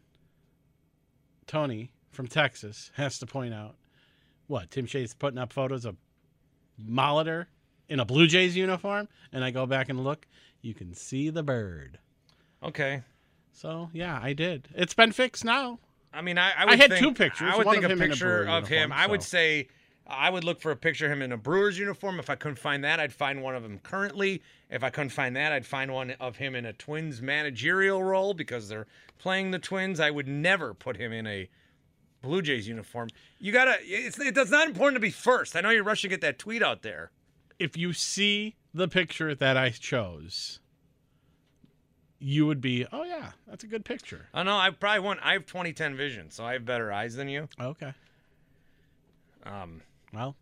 S2: Tony from Texas has to point out what Tim Shea's putting up photos of Molitor in a Blue Jays uniform, and I go back and look. You can see the bird.
S3: Okay.
S2: So yeah, I did. It's been fixed now.
S3: I mean, I I,
S2: I
S3: would
S2: had
S3: think-
S2: two pictures,
S3: I would
S2: one
S3: think
S2: of
S3: a
S2: him in a
S3: picture
S2: Brewer
S3: of him.
S2: uniform,
S3: I would
S2: so.
S3: say I would look for a picture of him in a Brewers uniform. If I couldn't find that, I'd find one of him currently. If I couldn't find that, I'd find one of him in a Twins managerial role because they're playing the Twins. I would never put him in a Blue Jays uniform. You gotta. It's it's not important to be first. I know you're rushing to get that tweet out there.
S2: if you see the picture that I chose, you would be, oh yeah, that's a good picture.
S3: I know. Oh, I probably won. I have 2010 vision, so I have better eyes than you.
S2: Okay.
S3: Um.
S2: Well,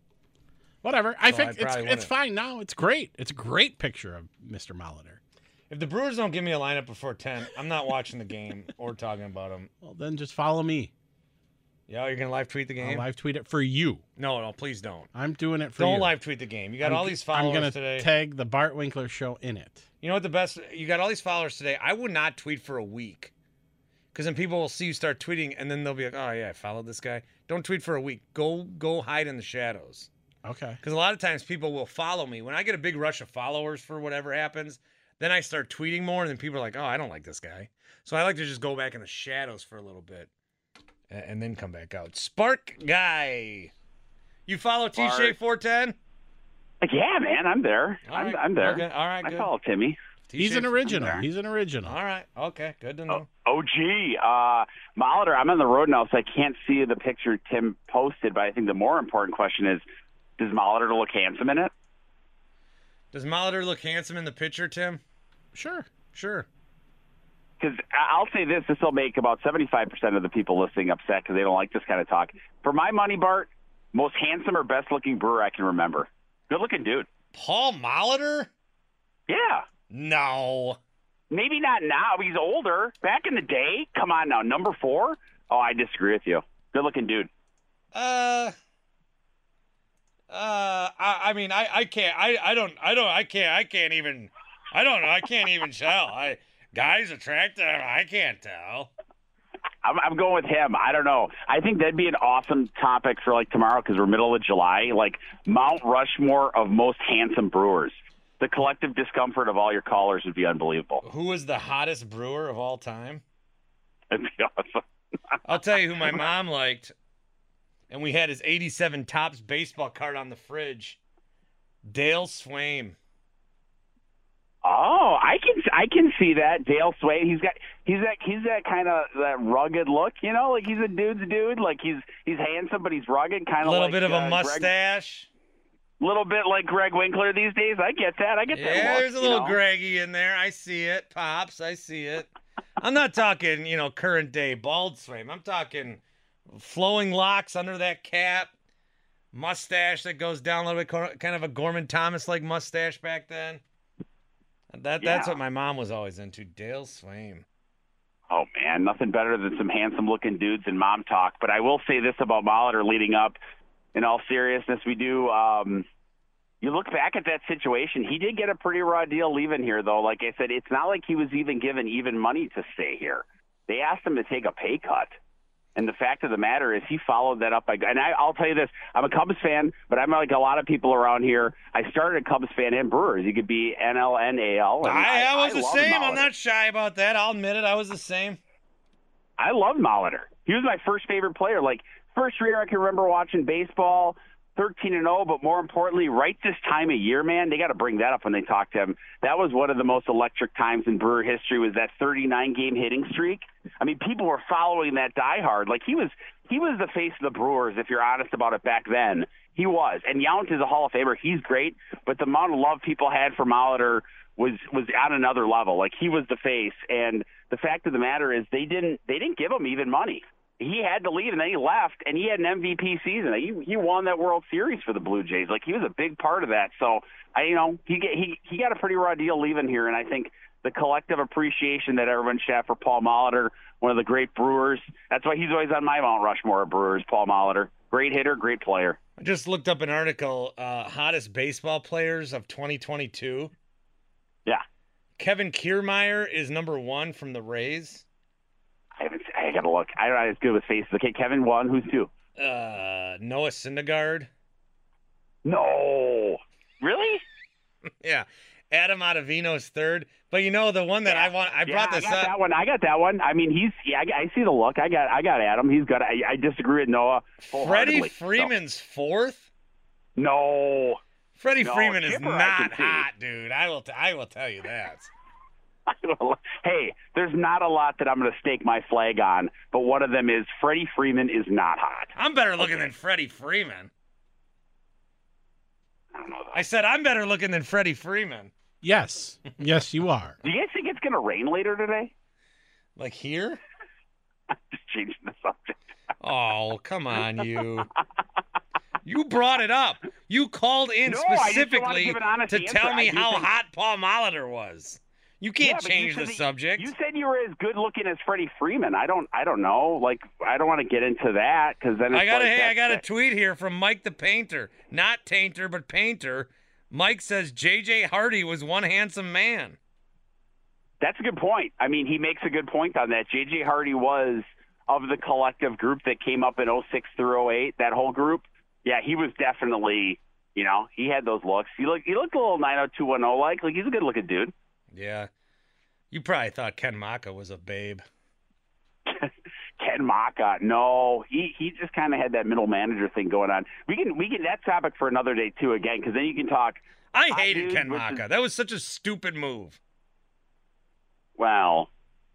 S2: whatever. I
S3: So I
S2: think it's
S3: probably
S2: it's
S3: wouldn't.
S2: fine now. It's great. It's a great picture of Mr. Molitor.
S3: If the Brewers don't give me a lineup before 10, I'm not watching the game or talking about them.
S2: Well, then just follow me.
S3: Yeah, you're gonna live tweet the
S2: I'll
S3: game.
S2: live tweet it for you.
S3: no, no, please don't.
S2: I'm doing it for you.
S3: Don't live tweet the game. You got
S2: I'm
S3: all
S2: g-
S3: these followers
S2: I'm gonna
S3: today.
S2: tag the Bart Winkler show in it.
S3: you know what the best? You got all these followers today. I would not tweet for a week, because then people will see you start tweeting, and then they'll be like, "Oh yeah, I followed this guy." Don't tweet for a week. Go go hide in the shadows.
S2: Okay.
S3: Because a lot of times people will follow me when I get a big rush of followers for whatever happens. Then I start tweeting more, and then people are like, "Oh, I don't like this guy." So I like to just go back in the shadows for a little bit, a- and then come back out. Spark guy, you follow TJ four ten?
S11: Yeah, man, I'm there.
S3: All
S11: I'm,
S3: right.
S11: I'm there.
S3: Okay. All right,
S11: I
S3: good.
S11: follow Timmy.
S2: He's an original. He's an original.
S3: All right. Okay. Good
S11: Oh.
S3: to know.
S11: OG, uh, Molitor, I'm on the road now, so I can't see the picture Tim posted, but I think the more important question is, does Molitor look handsome in it?
S3: Does Molitor look handsome in the picture, Tim?
S2: Sure.
S3: Sure.
S11: Because I'll say this, this will make about 75% of the people listening upset because they don't like this kind of talk. For my money, Bart, most handsome or best-looking brewer I can remember. Good-looking dude.
S3: Paul Molitor?
S11: Yeah.
S3: No.
S11: Maybe not now. He's older. Back in the day, come on now, number four. Oh, I disagree with you. Good-looking dude.
S3: Uh. Uh, I, I mean, I, I can't, I, I don't, I don't, I can't, I can't even, I don't know, I can't even tell. I, guys attractive, I can't tell.
S11: I'm, I'm going with him. I don't know. I think that'd be an awesome topic for like tomorrow because we're middle of July. Like Mount Rushmore of most handsome brewers. The collective discomfort of all your callers would be unbelievable.
S3: Who is the hottest brewer of all time?
S11: It'd be awesome.
S3: I'll tell you who my mom liked, and we had his '87 Topps baseball card on the fridge. Dale Swaim.
S11: Oh, I can I can see that Dale Swain. He's got he's that he's that kind of that rugged look. You know, like he's a dude's dude. Like he's he's handsome, but he's rugged. Kind
S3: A
S11: of
S3: little
S11: like,
S3: bit of
S11: uh,
S3: a
S11: Greg-
S3: mustache.
S11: little bit like Greg Winkler these days. I get that. I get that.
S3: Yeah,
S11: look,
S3: there's a
S11: you
S3: little
S11: know?
S3: Greggy in there. I see it. Pops, I see it. I'm not talking, you know, current day bald Swaim. I'm talking flowing locks under that cap, mustache that goes down a little bit, cor- kind of a Gorman Thomas like mustache back then. That that's
S11: Yeah.
S3: what my mom was always into. Dale Swaim.
S11: Oh man, nothing better than some handsome looking dudes and mom talk. But I will say this about Molitor leading up. In all seriousness, we do. Um, you look back at that situation. He did get a pretty raw deal leaving here, though. Like I said, it's not like he was even given even money to stay here. They asked him to take a pay cut. And the fact of the matter is, he followed that up by. And I, I'll tell you this: I'm a Cubs fan, but I'm like a lot of people around here. I started a Cubs fan and Brewers. You could be NL and AL. And
S3: I, I was the
S11: love
S3: same. I'm
S11: Molitor.
S3: not shy about that. I'll admit it. I was the same.
S11: I love Molitor. He was my first favorite player. Like first year I can remember watching baseball, thirteen and zero. But more importantly, right this time of year, man, they got to bring that up when they talk to him. That was one of the most electric times in Brewer history. Was that thirty nine game hitting streak? I mean, people were following that diehard. Like he was, he was the face of the Brewers. If you're honest about it, back then he was. And Yount is a Hall of Famer. He's great, but the amount of love people had for Molitor was was on another level. Like he was the face, and the fact of the matter is they didn't they didn't give him even money. He had to leave, and then he left, and he had an MVP season. He he won that World Series for the Blue Jays. Like he was a big part of that. So I you know he get, he he got a pretty raw deal leaving here, and I think the collective appreciation that everyone should have for Paul Molitor, one of the great Brewers. That's why he's always on my Mount Rushmore of Brewers. Paul Molitor, great hitter, great player.
S3: I just looked up an article uh, hottest baseball players of 2022.
S11: Yeah.
S3: Kevin Kiermeyer is number one from the Rays.
S11: I haven't. I gotta look. I don't know. It's good with faces. Okay, Kevin one. Who's two?
S3: Uh, Noah Syndergaard.
S11: No. Really?
S3: yeah. Adam Ottavino's third. But you know the one that I want. I brought
S11: yeah,
S3: this
S11: I got
S3: up.
S11: that one. I got that one. I mean, he's. Yeah, I, I see the look. I got. I got Adam. He's got. I, I disagree with Noah.
S3: Freddie
S11: wholeheartedly. So-
S3: Freeman's fourth.
S11: No.
S3: Freddie
S11: No,
S3: Freeman is
S11: Chipper I
S3: not
S11: can see.
S3: hot, dude. I will. T- I will tell you that.
S11: hey, there's not a lot that I'm going to stake my flag on, but one of them is Freddie Freeman is not hot.
S3: I'm better looking than Freddie Freeman.
S11: I don't know.
S3: I said I'm better looking than Freddie Freeman.
S2: Yes. Yes, you are.
S11: Do you guys think it's going to rain later today?
S3: Like here?
S11: Just changing the subject.
S3: Oh, come on, you. You brought it up. You called in
S11: No, I just don't wanna
S3: specifically
S11: give an honest
S3: to
S11: answer.
S3: tell me
S11: I do
S3: how
S11: think-
S3: hot Paul Molitor was. You
S11: Yeah,
S3: can't
S11: but you
S3: change
S11: said
S3: the
S11: that-
S3: subject.
S11: You said you were as good looking as Freddie Freeman. I don't. I don't know. Like I don't want to get into that because then it's
S3: I got a
S11: like,
S3: hey, I
S11: that's
S3: got a
S11: it.
S3: tweet here from Mike the Painter, not Tainter, but Painter. Mike says J.J. Hardy was one handsome man.
S11: That's a good point. I mean, he makes a good point on that. J.J. Hardy was of the collective group that came up in 06 through 08, that whole group. Yeah, he was definitely, you know, he had those looks. He looked, he looked a little 90210 like. Like he's a good looking dude.
S3: Yeah, you probably thought Ken Maka was a babe.
S11: Ken Maka, no, he he just kind of had that middle manager thing going on. We can we can that topic for another day too again because then you can talk.
S3: I
S11: hot
S3: hated
S11: dudes
S3: Ken
S11: versus-
S3: Maka. That was such a stupid move.
S11: Well,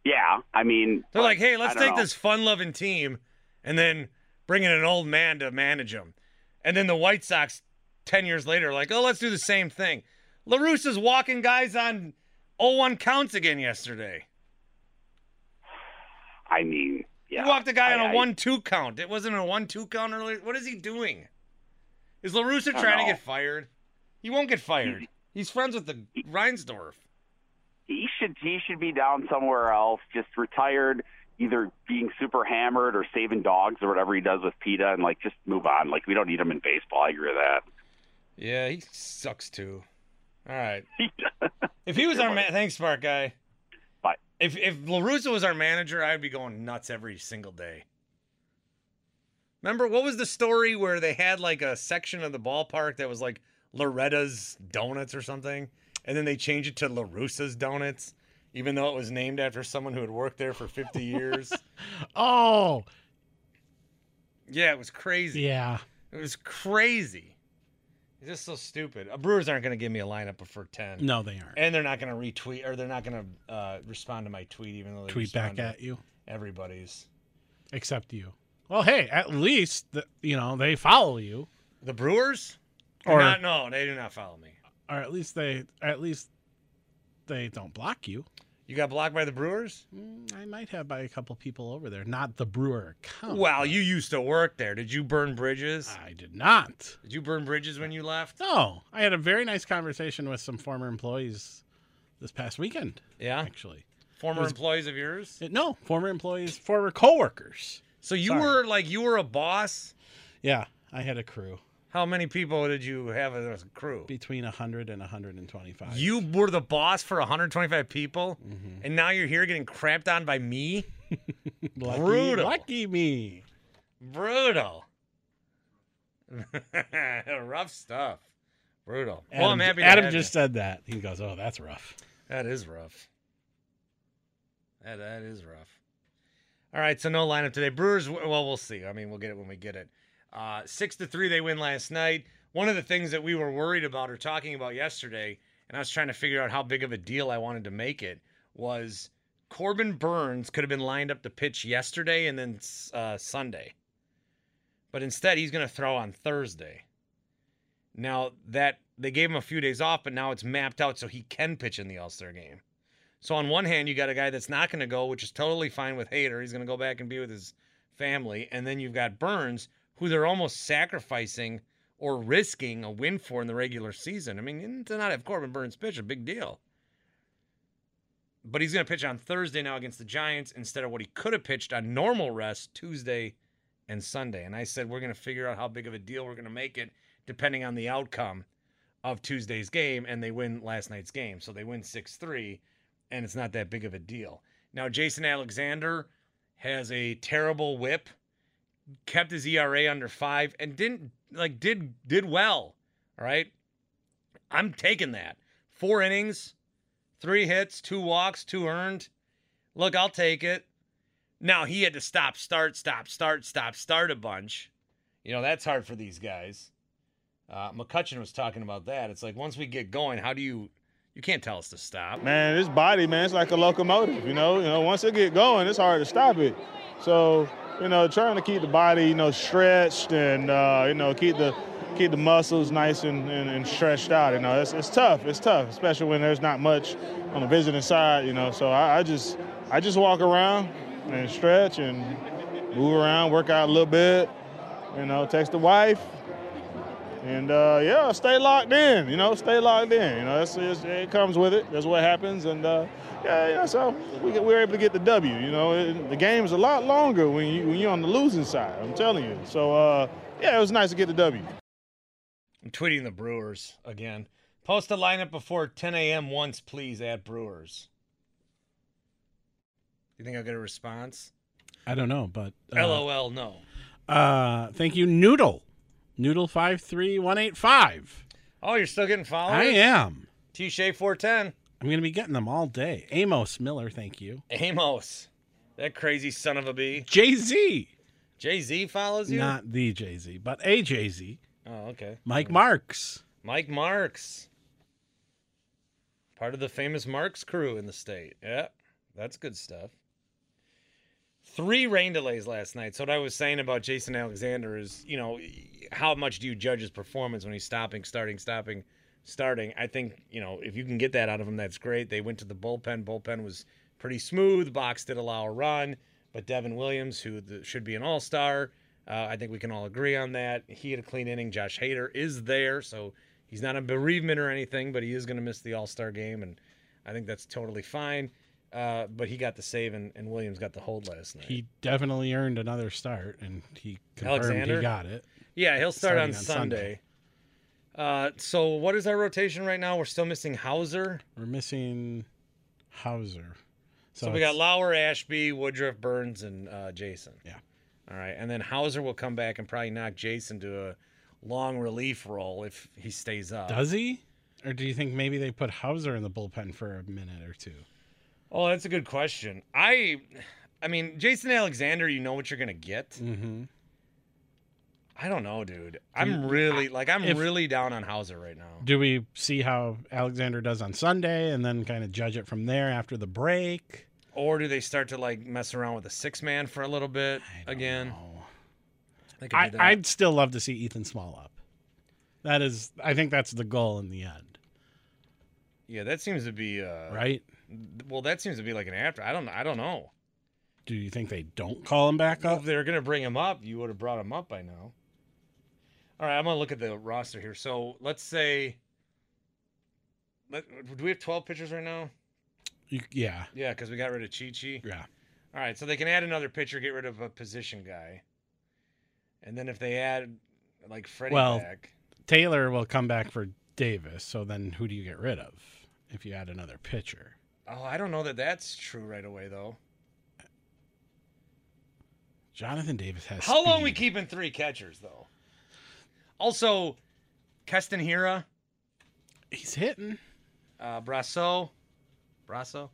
S11: yeah, I mean
S3: They're
S11: but
S3: like, hey,
S11: I
S3: let's
S11: don't
S3: take
S11: know.
S3: this fun-loving team and then bring in an old man to manage them. And then the White Sox, 10 years later, are like, oh, let's do the same thing. LaRusso's walking guys on 0-1 counts again yesterday.
S11: I mean, yeah,
S3: He walked a guy
S11: I-
S3: on a
S11: I-
S3: 1-2 count. It wasn't a 1-2 count earlier. What is he doing? Is LaRusso
S11: don't
S3: trying
S11: know.
S3: to get fired? He won't get fired. He's friends with the Reinsdorf.
S11: he should he should be down somewhere else, just retired, either being super hammered or saving dogs or whatever he does with PETA, and like just move on. Like we don't need him in baseball. I agree with that.
S3: Yeah, he sucks too. All right. if he was our man, thanks, Spark guy.
S11: Bye.
S3: If if Larusa was our manager, I'd be going nuts every single day. Remember what was the story where they had like a section of the ballpark that was like Loretta's Donuts or something, and then they changed it to Larusa's Donuts, even though it was named after someone who had worked there for fifty years.
S2: Oh,
S3: yeah, it was crazy.
S2: yeah.
S3: It was crazy. It's just so stupid. Uh, Brewers aren't going to give me a lineup for 10.
S2: No, they aren't.
S3: And they're not going to retweet or they're not going to uh, respond to my tweet, even though they
S2: Tweet back
S3: respond to
S2: at you.
S3: Everybody's.
S2: Except you. Well, hey, at least the, you know they follow you,
S3: The Brewers,
S2: or
S3: not, no, they do not follow me.
S2: or at least they at least they don't block you.
S3: You got blocked by the Brewers?
S2: Mm, I might have by a couple people over there, not the brewer account.
S3: well, you used to work there. Did you burn bridges?
S2: Oh, I did not.
S3: Did you burn bridges when you left?
S2: No, I had a very nice conversation with some former employees this past weekend.
S3: Yeah.
S2: actually,
S3: Former
S2: It was-
S3: employees of yours?
S2: It- no former employees, former coworkers.
S3: So you
S2: Sorry.
S3: were like, you were a boss?
S2: Yeah, I had a crew.
S3: How many people did you have as a crew?
S2: Between 100 and 125.
S3: You were the boss for 125 people,
S2: Mm-hmm.
S3: and now you're here getting cramped on by me?
S2: Lucky-
S3: Brutal.
S2: Lucky me.
S3: Brutal. rough stuff. Brutal.
S2: Adam,
S3: well, I'm happy to
S2: Adam
S3: have
S2: just
S3: you.
S2: said that. He goes, "Oh, that's rough."
S3: That is rough. That, that is rough. All right, so no lineup today. Brewers, well, we'll see. I mean, we'll get it when we get it. Uh, six to three, they win last night. One of the things that we were worried about or talking about yesterday, and I was trying to figure out how big of a deal I wanted to make it, was Corbin Burns could have been lined up to pitch yesterday and then uh, Sunday, but instead he's going to throw on Thursday. Now that they gave him a few days off, but now it's mapped out so he can pitch in the All Star game. So on one hand, you got a guy that's not going to go, which is totally fine with Hater. He's going to go back and be with his family, and then you've got Burns, who they're almost sacrificing or risking a win for in the regular season. I mean, to not have Corbin Burns pitch a big deal. But he's going to pitch on Thursday now against the Giants instead of what he could have pitched on normal rest Tuesday and Sunday. And I said we're going to figure out how big of a deal we're going to make it depending on the outcome of Tuesday's game, and they win last night's game. So they win 6 3, and it's not that big of a deal. Now, Jason Alexander has a terrible whip, kept his ERA under five, and didn't like did did well. All right. I'm taking that. Four innings, three hits, two walks, two earned. Look, I'll take it. Now he had to stop, start, stop, start, stop, start a bunch. You know, that's hard for these guys. Uh, McCutcheon was talking about that. It's like once we get going, how do you? You can't tell us to stop.
S12: Man, this body, man, it's like a locomotive, you know. You know, once it get going, it's hard to stop it. So, you know, trying to keep the body, you know, stretched and uh, you know, keep the keep the muscles nice and, and, and stretched out. You know, it's, it's tough. It's tough, especially when there's not much on the visiting side. You know, so I, I just I just walk around and stretch and move around, work out a little bit. You know, text the wife, and uh, yeah, stay locked in. You know, stay locked in. You know, that's, it's, it comes with it. That's what happens. And uh, yeah, yeah, so we, get, we were able to get the W. You know, it, the game's a lot longer when you when you're on the losing side. I'm telling you. So uh, yeah, it was nice to get the W.
S3: I'm tweeting the Brewers again. Post a lineup before 10 a.m. once, please, at Brewers. You think I'll get a response?
S2: I don't know, but uh,
S3: LOL, no.
S2: Uh, thank you, Noodle. Noodle five three one eight five.
S3: Oh, you're still getting followers?
S2: I am.
S3: T Shay four ten.
S2: I'm gonna be getting them all day. Amos Miller, thank you.
S3: Amos, that crazy son of a bee.
S2: Jay Z,
S3: Jay Z follows you?
S2: not the Jay Z, but a Jay Z.
S3: Oh, okay.
S2: Mike Marks.
S3: Mike Marks. Part of the famous Marks crew in the state. Yeah, that's good stuff. Three rain delays last night. So, what I was saying about Jason Alexander is, you know, how much do you judge his performance when he's stopping, starting, stopping, starting? I think, you know, if you can get that out of him, that's great. They went to the bullpen. Bullpen was pretty smooth. Box did allow a run, but Devin Williams, who the, should be an all star, uh, I think we can all agree on that. He had a clean inning. Josh Hader is there, so he's not a bereavement or anything, but he is going to miss the All Star game, and I think that's totally fine. Uh, but he got the save, and, and Williams got the hold last night.
S2: He definitely earned another start, and he confirmed
S3: Alexander?
S2: he got it.
S3: Yeah, he'll start on,
S2: Starting on
S3: Sunday. Uh, so what is our rotation right now? We're still missing Hauser,
S2: We're missing Hauser.
S3: so, we got Lauer, Ashby, Woodruff, Burns, and uh, Jason.
S2: Yeah.
S3: All right, and then Hauser will come back and probably knock Jason to a long relief role if he stays up.
S2: Does he? Or do you think maybe they put Hauser in the bullpen for a minute or two?
S3: Oh, that's a good question. I, I mean, Jason Alexander, you know what you're gonna get.
S2: Mm-hmm.
S3: I don't know, dude. I'm really like I'm
S2: if-
S3: really down on Hauser right now.
S2: Do we see how Alexander does on Sunday and then kind of judge it from there after the break?
S3: Or do they start to like mess around with the six man for a little bit again? They could do
S2: I,
S3: that.
S2: I'd still love to see Ethan Small up. That is, I think that's the goal in the end,
S3: yeah, that seems to be uh,
S2: right?
S3: Well, that seems to be like an after. I don't. I don't know.
S2: Do you think they don't call him back
S3: Well,
S2: up?
S3: if they were gonna bring him up, you would have brought him up by now. All right, I'm gonna look at the roster here. So let's say, let, do we have 12 pitchers right now?
S2: You- yeah,
S3: Yeah, because we got rid of Chi Chi.
S2: Yeah.
S3: All right, so they can add another pitcher, get rid of a position guy. And then if they add
S13: like Freddie
S2: well,
S13: back.
S2: Taylor will come back for Davis. So then, who do you get rid of if you add another pitcher?
S13: Oh, I don't know that that's true right away though.
S2: Jonathan Davis has.
S13: How long
S2: speed.
S13: we keeping three catchers though?
S3: Also, Keston Hira.
S2: He's hitting.
S3: Uh, Brasso. Brasso.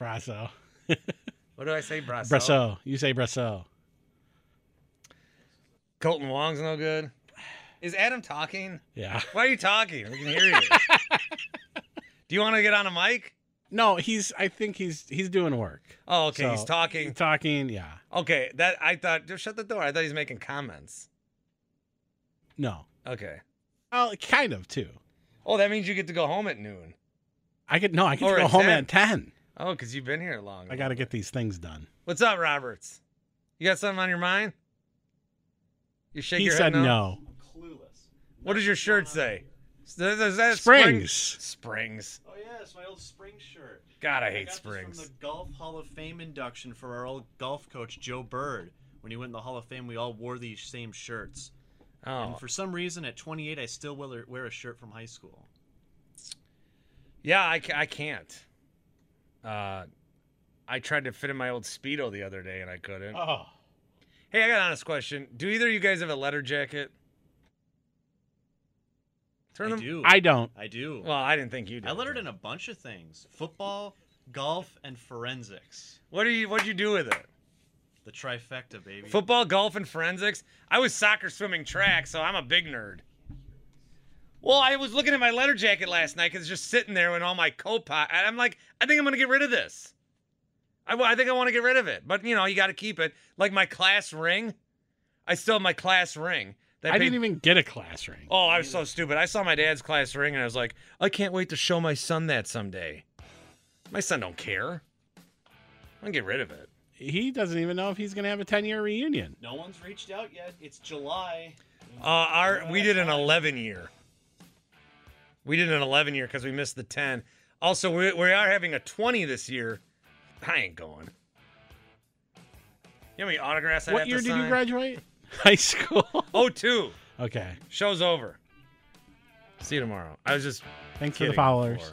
S2: Brasso.
S3: What do I say? Brasso.
S2: Brasso. You say Brasso.
S3: Colton Wong's no good. Is Adam talking?
S2: Yeah.
S3: Why are you talking? We can hear you. do you want to get on a mic?
S2: No, he's. I think he's. He's doing work.
S3: Oh, okay. he's
S2: So,
S3: talking.
S2: Talking. Yeah.
S3: Okay, that I thought. Just shut the door. I thought he's making comments.
S2: No.
S3: Okay.
S2: Well, kind of too.
S3: Oh, that means you get to go home at noon.
S2: I get no. I get
S3: Or
S2: to go
S3: at
S2: home
S3: 10.
S2: at ten.
S3: Oh, because you've been here long.
S2: I got to get these things done.
S3: What's up, Roberts? You got something on your mind? You shake
S2: he
S3: your
S2: said
S3: head.
S2: no.
S3: What does your shirt say? Is that- is that spring?
S2: Springs.
S3: Springs.
S14: Oh yeah, it's my old spring shirt.
S3: God, I
S14: got
S3: hate
S14: this
S3: Springs.
S14: from the Golf Hall of Fame induction for our old golf coach Joe Bird. When he went in the Hall of Fame, we all wore these same shirts.
S3: Oh.
S14: And for some reason, at 28, I still will- wear a shirt from high school.
S3: Yeah, I, ca- I can't. Uh, I tried to fit in my old speedo the other day and I couldn't.
S2: Oh.
S3: Hey, I got an honest question. Do either of you guys have a letter jacket? Turn
S14: I
S3: them.
S14: do.
S2: I don't.
S14: I do.
S3: Well, I didn't think you did.
S14: I lettered in a bunch of things: football, golf, and forensics.
S3: What do you What'd you do with it?
S14: The trifecta, baby.
S3: Football, golf, and forensics. I was soccer, swimming, track, so I'm a big nerd. Well, I was looking at my letter jacket last night because it's just sitting there when all my copot. and I'm like, I think I'm gonna get rid of this. I, wa- I think I want to get rid of it, but you know, you got to keep it. Like my class ring, I still have my class ring.
S2: I didn't even get a class ring.
S3: Oh, I was so stupid. I saw my dad's class ring and I was like, I can't wait to show my son that someday. My son don't care. I'm gonna get rid of it.
S2: He doesn't even know if he's going to have a 10 year reunion.
S14: No one's reached out yet. It's July.
S3: Uh, our we did an 11 year. We did an 11 year because we missed the 10. Also, we, we are having a 20 this year. I ain't going. You know how many autographs I
S2: what
S3: have
S2: year
S3: to
S2: did
S3: sign?
S2: you graduate? High school.
S3: Oh, two.
S2: Okay.
S3: Show's over. See you tomorrow. I was just.
S2: Thanks for
S3: kidding
S2: the followers.